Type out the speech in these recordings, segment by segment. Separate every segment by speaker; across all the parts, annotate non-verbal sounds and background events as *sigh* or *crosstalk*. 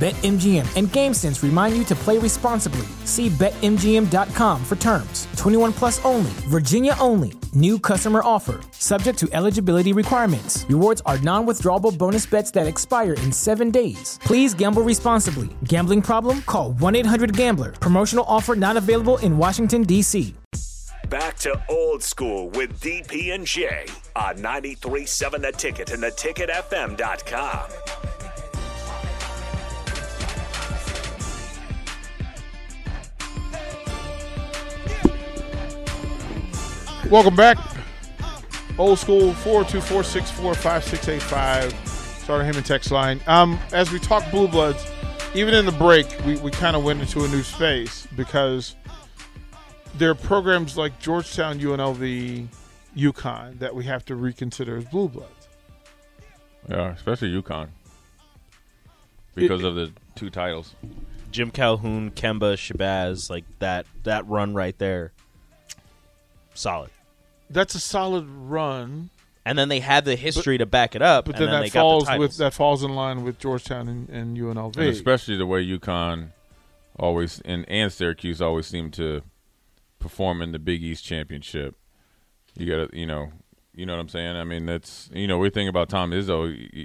Speaker 1: BetMGM and GameSense remind you to play responsibly. See BetMGM.com for terms. 21 plus only, Virginia only. New customer offer, subject to eligibility requirements. Rewards are non withdrawable bonus bets that expire in seven days. Please gamble responsibly. Gambling problem? Call 1 800 Gambler. Promotional offer not available in Washington, D.C.
Speaker 2: Back to old school with DP and J on 93.7 The Ticket and theticketfm.com.
Speaker 3: Welcome back. Old school 424-645-685. Starter Heyman text line. Um, as we talk Blue Bloods, even in the break, we, we kind of went into a new space because there are programs like Georgetown, UNLV, UConn that we have to reconsider as Blue Bloods.
Speaker 4: Yeah, especially UConn because of the two titles.
Speaker 5: Jim Calhoun, Kemba, Shabazz, like that that run right there. Solid.
Speaker 3: That's a solid run,
Speaker 5: And then they had the history to back it up,
Speaker 3: but
Speaker 5: and
Speaker 3: then
Speaker 5: then,
Speaker 3: that
Speaker 5: they
Speaker 3: falls
Speaker 5: got the
Speaker 3: with
Speaker 5: titles.
Speaker 3: that falls in line with Georgetown and, and UNLV.
Speaker 4: And especially the way UConn always and, and Syracuse always seem to perform in the Big East championship. You gotta, you know, you know what I'm saying. I mean, that's you know we think about Tom Izzo. y- y-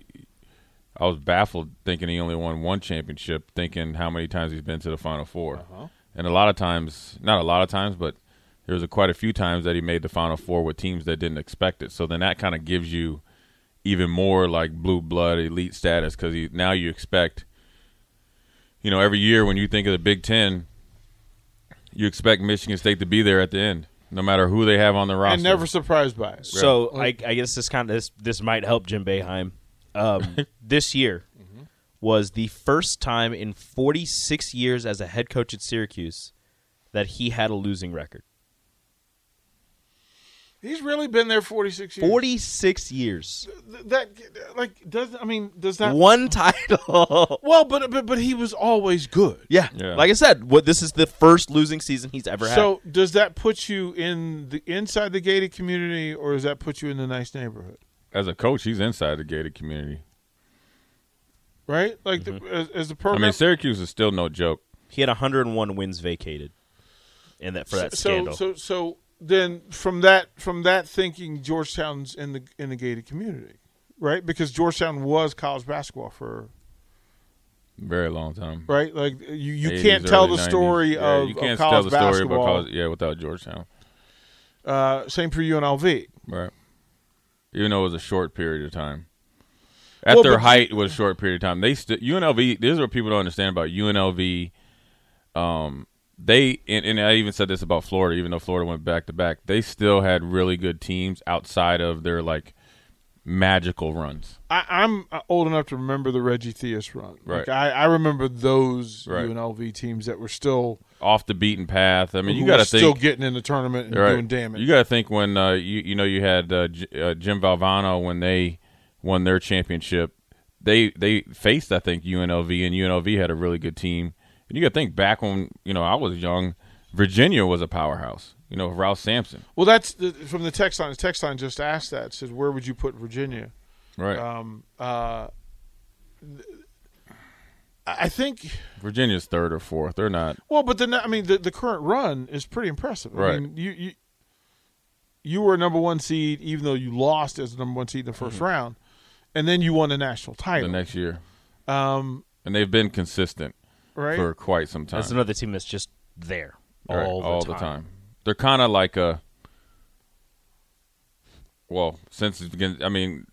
Speaker 4: I was baffled thinking he only won one championship, thinking how many times he's been to the Final 4
Speaker 3: Uh-huh.
Speaker 4: and a lot of times, not a lot of times, but there was a, quite a few times that he made the Final Four with teams that didn't expect it. So then that kind of gives you even more like blue blood elite status because now you expect you know, every year when you think of the Big Ten, you expect Michigan State to be there at the end, no matter who they have on the roster.
Speaker 3: and never surprised by it.
Speaker 5: So I, I guess this kind of this, this might help Jim Beheim. Um, this year was the first time in 46 years as a head coach at Syracuse that he had a losing record.
Speaker 3: He's really been there 46 years.
Speaker 5: 46 years,
Speaker 3: Th- that like does I mean does that
Speaker 5: one *laughs* title. *laughs*
Speaker 3: well but but but he was always good.
Speaker 5: yeah.
Speaker 4: Yeah.
Speaker 5: like I said, what this is the first losing season he's ever had.
Speaker 3: So does that put you in the inside the gated community or does that put you in the nice neighborhood?
Speaker 4: As a coach, he's inside the gated community.
Speaker 3: Right? Like the, as, as the
Speaker 4: Mm-hmm. I
Speaker 3: program
Speaker 4: mean, Syracuse is still no joke.
Speaker 5: he had 101 wins vacated, in that for that
Speaker 3: so
Speaker 5: scandal.
Speaker 3: so so then from that from that thinking Georgetown's in the in the gated community, right? Because Georgetown was college basketball for
Speaker 4: Very long time.
Speaker 3: right? Like you, you
Speaker 4: 80s,
Speaker 3: can't tell
Speaker 4: early
Speaker 3: the
Speaker 4: 90s.
Speaker 3: story
Speaker 4: Yeah,
Speaker 3: of,
Speaker 4: you
Speaker 3: of
Speaker 4: can't
Speaker 3: college
Speaker 4: tell the story
Speaker 3: basketball.
Speaker 4: about college, yeah, without Georgetown,
Speaker 3: uh, same for UNLV.
Speaker 4: right? Even though it was a short period of time. At
Speaker 3: Well,
Speaker 4: their
Speaker 3: but-
Speaker 4: height was a short period of time. They st- UNLV. This is what people don't understand about UNLV. Um, they and, and I even said this about Florida. Even though Florida went back to back, they still had really good teams outside of their like magical runs.
Speaker 3: I, I'm uh, old enough to remember the Reggie Theus run. Like,
Speaker 4: Right.
Speaker 3: I, I remember those
Speaker 4: Right.
Speaker 3: UNLV teams that were still
Speaker 4: Off the beaten path. I mean, you
Speaker 3: who
Speaker 4: got
Speaker 3: were
Speaker 4: to think
Speaker 3: still getting in the tournament and
Speaker 4: Right.
Speaker 3: doing damage.
Speaker 4: You got to think when uh, you you know you had uh, J- uh, Jim Valvano when they won their championship, they they faced I think UNLV and UNLV had a really good team. And you got to think back when you know I was young, Virginia was a powerhouse. You know Ralph Sampson,
Speaker 3: well, that's the, from the text line. The text line just asked that. It says, "Where would you put Virginia?"
Speaker 4: right?
Speaker 3: Um, uh, th- I think.
Speaker 4: Virginia's third or fourth. They're not
Speaker 3: Well, but then I mean, the, the current run is pretty impressive. I
Speaker 4: Right.
Speaker 3: mean, you you you were a number one seed, even though you lost as the number one seed in the 1st round, and then you won a national
Speaker 4: Mm-hmm. the
Speaker 3: title.
Speaker 4: next year,
Speaker 3: um,
Speaker 4: and they've been consistent
Speaker 3: right.
Speaker 4: for quite some time.
Speaker 5: That's another team that's just there all,
Speaker 4: Right,
Speaker 5: the, time.
Speaker 4: They're kind of like a. Well, since it begins, I mean,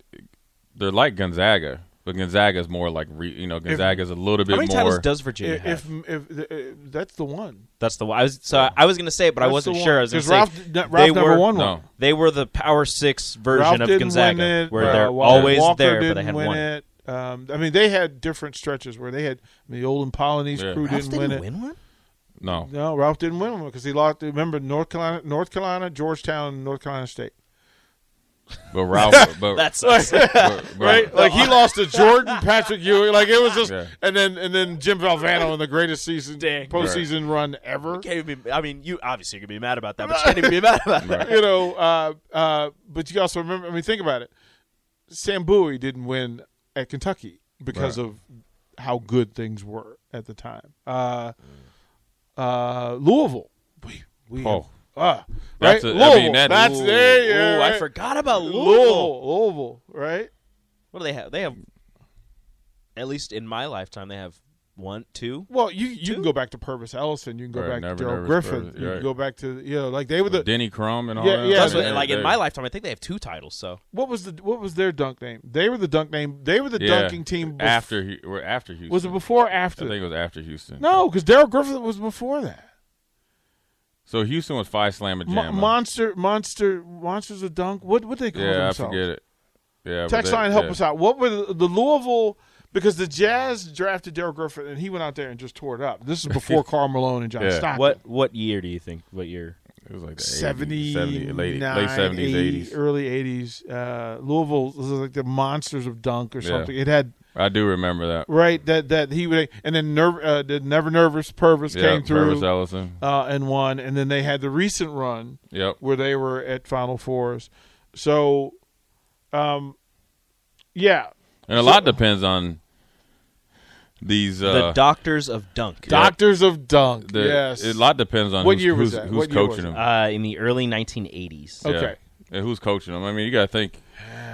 Speaker 4: they're like Gonzaga But Gonzaga's more like re, you know Gonzaga's a little bit
Speaker 5: How many
Speaker 4: more.
Speaker 5: titles does Virginia
Speaker 3: If,
Speaker 5: have?
Speaker 3: if, if, if that's the one,
Speaker 5: That's the one. I was so I- I was gonna say, it, but I
Speaker 3: That's
Speaker 5: wasn't
Speaker 3: the one.
Speaker 5: sure. I was gonna
Speaker 3: 'Cause
Speaker 5: say
Speaker 3: Ralph- that- Ralph
Speaker 5: they
Speaker 3: never
Speaker 5: were
Speaker 3: won
Speaker 4: no,
Speaker 3: one.
Speaker 5: they were the Power Six version
Speaker 3: Ralph
Speaker 5: of
Speaker 3: didn't
Speaker 5: Gonzaga,
Speaker 3: win it,
Speaker 5: where
Speaker 3: uh,
Speaker 5: they're
Speaker 3: Walker-
Speaker 5: always
Speaker 3: Walker
Speaker 5: there, but
Speaker 3: didn't
Speaker 5: they hadn't
Speaker 3: win
Speaker 5: won.
Speaker 3: It. Um, I mean, they had different stretches where they had I mean, the Olden Polonese
Speaker 4: Yeah.
Speaker 3: crew
Speaker 5: Ralph
Speaker 3: didn't, win it.
Speaker 5: one.
Speaker 4: no,
Speaker 3: No, Ralph didn't win one because he lost. Remember North Carolina, North Carolina, Georgetown, North Carolina State.
Speaker 4: but Ralph,
Speaker 3: *laughs*
Speaker 4: but,
Speaker 5: That sucks.
Speaker 4: but- but-
Speaker 3: Right, like *laughs* he lost to Jordan, Patrick Ewing. Like it was just,
Speaker 4: Yeah.
Speaker 3: and then and then Jim Valvano in the greatest season
Speaker 5: Dang.
Speaker 3: postseason run ever.
Speaker 5: Can't even be- I mean, you obviously could be mad about that, but you can't even be mad about that.
Speaker 3: you know, uh, uh, but you also remember. I mean, think about it. Sam Bowie didn't win at Kentucky because
Speaker 4: Right.
Speaker 3: of how good things were at the time. Uh, uh, Louisville, we, we
Speaker 4: Oh.
Speaker 3: ah, right.
Speaker 4: That's a- I mean,
Speaker 3: Louisville,
Speaker 4: that-
Speaker 3: that's
Speaker 4: Ooh,
Speaker 3: there. *laughs* Yeah,
Speaker 5: Ooh,
Speaker 3: right.
Speaker 5: I forgot about Louisville.
Speaker 3: Louisville, Louisville, right?
Speaker 5: What do they have? They have, at least in my lifetime, they have one, two.
Speaker 3: Well, you you
Speaker 5: Two?
Speaker 3: can go back to Purvis Ellison. You can go
Speaker 4: Right,
Speaker 3: back to
Speaker 4: never
Speaker 3: Daryl
Speaker 4: nervous
Speaker 3: Griffin.
Speaker 4: Purvis,
Speaker 3: you
Speaker 4: right.
Speaker 3: can go back to you know, like they were the
Speaker 4: *laughs* Denny Crum and all
Speaker 3: Yeah,
Speaker 4: that.
Speaker 3: yeah.
Speaker 5: That's
Speaker 3: they-
Speaker 5: what,
Speaker 3: they-
Speaker 5: like in my lifetime, I think they have two titles. So
Speaker 3: what was the what was their dunk name? They were the dunk name. They were the
Speaker 4: Yeah.
Speaker 3: dunking team. bef-
Speaker 4: after Hu- we're after Houston.
Speaker 3: was it before or
Speaker 4: I
Speaker 3: after?
Speaker 4: think it was after Houston.
Speaker 3: No, because Daryl Griffin was before that.
Speaker 4: So Houston was five slammer
Speaker 3: Mo-
Speaker 4: jammer.
Speaker 3: monster, monster, monsters of dunk. What what they call
Speaker 4: yeah, I
Speaker 3: themselves?
Speaker 4: forget it. Yeah, but
Speaker 3: Text
Speaker 4: that-
Speaker 3: line, help
Speaker 4: yeah.
Speaker 3: us out. What were the, the Louisville? Because the Jazz drafted Daryl Griffin and he went out there and just tore it up. This is
Speaker 4: *laughs*
Speaker 3: before Carl Malone and John
Speaker 4: Yeah.
Speaker 3: Stockton.
Speaker 5: what what year do you think? What year?
Speaker 4: It was like the
Speaker 3: 70,
Speaker 4: 80s, 70 late late seventies, eighties.
Speaker 3: early eighties. Uh, Louisville was like the monsters of dunk or
Speaker 4: Yeah.
Speaker 3: something. It had
Speaker 4: I do remember that.
Speaker 3: right that that he would and then nerve uh, the never nervous Purvis
Speaker 4: Yeah,
Speaker 3: came through
Speaker 4: Purvis Ellison.
Speaker 3: uh, and won, and then they had the recent run
Speaker 4: Yep.
Speaker 3: where they were at Final Fours. So, um, yeah,
Speaker 4: And a lot depends on these uh,
Speaker 5: the Doctors of Dunk.
Speaker 3: Doctors of Dunk.
Speaker 4: the-
Speaker 3: yes,
Speaker 4: A lot depends on
Speaker 3: What
Speaker 4: who's,
Speaker 3: year was
Speaker 4: who's,
Speaker 3: that?
Speaker 4: who's
Speaker 3: What year was
Speaker 4: coaching
Speaker 3: it? Uh,
Speaker 4: them.
Speaker 5: uh, in the early 1980s.
Speaker 3: Okay.
Speaker 4: Yeah. And who's coaching them? I mean, you got to think.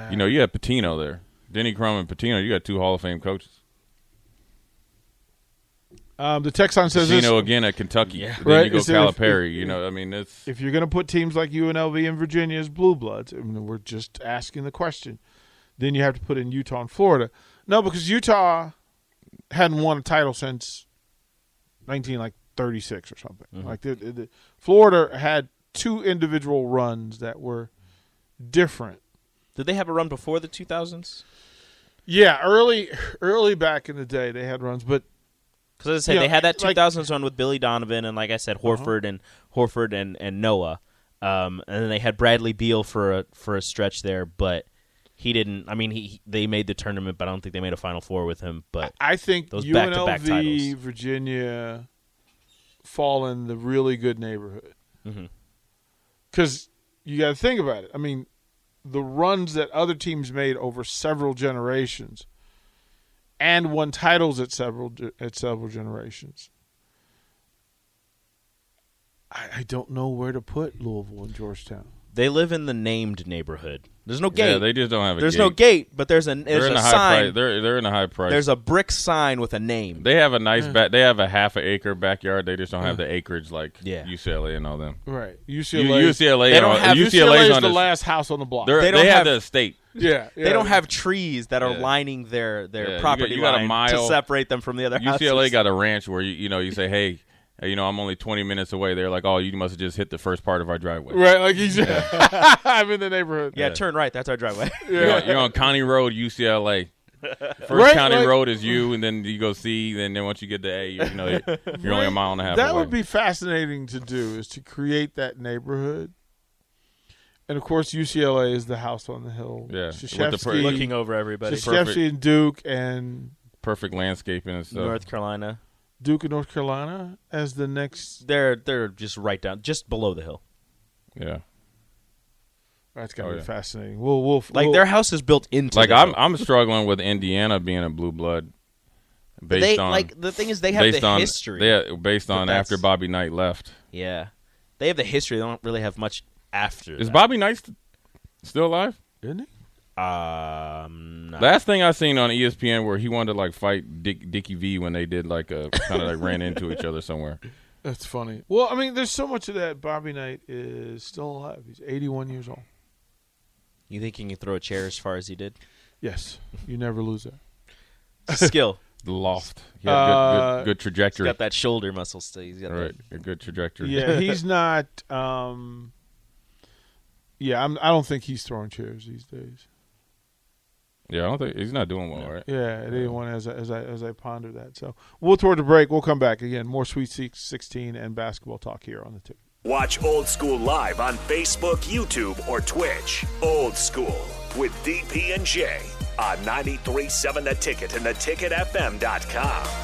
Speaker 4: You know, you got Patino there, Denny Crum and Patino. You got two Hall of Fame coaches.
Speaker 3: um, the Texan says this,
Speaker 4: Patino again at Kentucky. Then
Speaker 3: Right,
Speaker 4: you go
Speaker 3: it's- if-
Speaker 4: Calipari.
Speaker 3: if-
Speaker 4: you know, I mean, that's
Speaker 3: if you're going to put teams like UNLV and Virginia as blue bloods, I mean, we're just asking the question. Then you have to put in Utah and Florida. No, because Utah hadn't won a title since nineteen like thirty six or something.
Speaker 4: Mm-hmm.
Speaker 3: Like the, the, the- Florida had two individual runs that were different.
Speaker 5: Did they have a run before the 2000s?
Speaker 3: Yeah, early early back in the day they had runs, but
Speaker 5: Because as I said,
Speaker 3: Yeah,
Speaker 5: they had that
Speaker 3: like-
Speaker 5: 2000s run with Billy Donovan and, like I said, Horford and Horford and and Noah, um, and then they had Bradley Beal for a for a stretch there, but he didn't. I mean, he they made the tournament, but I don't think they made a Final Four with him. But
Speaker 3: I think
Speaker 5: Those back-to-back
Speaker 3: UNLV,
Speaker 5: titles.
Speaker 3: Virginia, fall in the really good neighborhood.
Speaker 5: Mhm.
Speaker 3: Because you got to think about it. I mean, the runs that other teams made over several generations, and won titles at several at several generations. I, I don't know where to put Louisville and Georgetown.
Speaker 5: they live in the named neighborhood. There's no gate.
Speaker 4: yeah. They just don't have a.
Speaker 5: there's
Speaker 4: gate.
Speaker 5: no gate, but there's a
Speaker 4: They're
Speaker 5: there's
Speaker 4: in
Speaker 5: a
Speaker 4: a high
Speaker 5: sign.
Speaker 4: price. They're they're in a high price.
Speaker 5: there's a brick sign with a name.
Speaker 4: They have a nice back. They have a half an acre backyard. They just don't have the acreage like
Speaker 5: Yeah.
Speaker 4: UCLA and all them.
Speaker 3: Right,
Speaker 4: U-
Speaker 3: UCLA.
Speaker 4: UCLA,
Speaker 5: They don't
Speaker 4: on-
Speaker 5: have-
Speaker 4: UCLA
Speaker 3: UCLA
Speaker 4: is
Speaker 3: is
Speaker 4: on
Speaker 3: the
Speaker 4: this-
Speaker 3: last house on the block.
Speaker 4: they're-
Speaker 5: They
Speaker 4: They,
Speaker 5: don't
Speaker 4: have,
Speaker 5: have-
Speaker 4: the estate.
Speaker 3: *laughs* yeah,
Speaker 5: they don't
Speaker 3: yeah.
Speaker 5: have trees that are
Speaker 4: Yeah.
Speaker 5: lining their their
Speaker 4: Yeah, you got-
Speaker 5: property
Speaker 4: you got a
Speaker 5: line to
Speaker 4: mile.
Speaker 5: separate them from the other
Speaker 4: UCLA
Speaker 5: houses.
Speaker 4: got a ranch where you you know you say hey. hey, You know, I'm only 20 minutes away. They're like, "Oh, you must have just hit the first part of our driveway."
Speaker 3: Right, like he's. *laughs* I'm in the neighborhood.
Speaker 5: yeah, turn right. That's our *laughs* driveway.
Speaker 4: You're, on, you're on County
Speaker 3: *laughs*
Speaker 4: Road, UCLA. First
Speaker 3: Right,
Speaker 4: County
Speaker 3: like-
Speaker 4: Road is you, and then you go C. Then, then once you get to A, you, you know
Speaker 3: *laughs*
Speaker 4: you're only a mile and a half.
Speaker 3: That
Speaker 4: away.
Speaker 3: would be fascinating to do is to create that neighborhood. And of course, UCLA is the house on the hill.
Speaker 4: Yeah, with the per-
Speaker 3: Krzyzewski,
Speaker 4: Looking
Speaker 5: over everybody.
Speaker 3: Krzyzewski and Duke and
Speaker 4: perfect landscaping and stuff.
Speaker 5: North Carolina.
Speaker 3: Duke of North Carolina as the next.
Speaker 5: They're they're just right down, just below the hill.
Speaker 4: Yeah,
Speaker 3: That's gotta
Speaker 4: Oh,
Speaker 3: be
Speaker 4: yeah.
Speaker 3: fascinating. We'll, we'll
Speaker 5: Like
Speaker 3: we'll-
Speaker 5: their house is built into.
Speaker 4: like
Speaker 5: the
Speaker 4: I'm
Speaker 5: hill.
Speaker 4: I'm struggling with Indiana being a blue blood based
Speaker 5: they
Speaker 4: on
Speaker 5: like the thing is they have
Speaker 4: based
Speaker 5: the
Speaker 4: on
Speaker 5: history.
Speaker 4: yeah, based on
Speaker 5: that's-
Speaker 4: after Bobby Knight left.
Speaker 5: yeah, they have the history. They don't really have much after.
Speaker 4: Is
Speaker 5: that.
Speaker 4: Bobby Knight st- still alive?
Speaker 3: Isn't it?
Speaker 5: Um, no.
Speaker 4: Last thing I seen on E ESPN where he wanted to like fight Dick Dickie V when they did like a kind of like ran into each other somewhere.
Speaker 3: That's funny. Well, I mean, there's so much of that. Bobby Knight is still alive. He's 81 years old.
Speaker 5: *laughs* you think he can throw a chair as far as he did?
Speaker 3: Yes, you never lose that.
Speaker 5: skill.
Speaker 4: Loft. Yeah,
Speaker 3: Uh,
Speaker 4: good, good, good
Speaker 5: He's
Speaker 4: trajectory.
Speaker 5: got that shoulder muscle still. He's got
Speaker 4: Right,
Speaker 5: that.
Speaker 4: a good trajectory.
Speaker 3: Yeah, he's not. Um, yeah, I'm, I don't think he's throwing chairs these days.
Speaker 4: yeah. I don't think he's not doing well, right?
Speaker 3: Yeah, it ain't one as I, as I as I ponder that. So we'll toward the break. We'll come back again. More Sweet Six- Sixteen and basketball talk here on the ticket.
Speaker 2: Watch Old School live on Facebook, YouTube, or Twitch. Old School with DP and J on 937 The Ticket and theticketfm.com.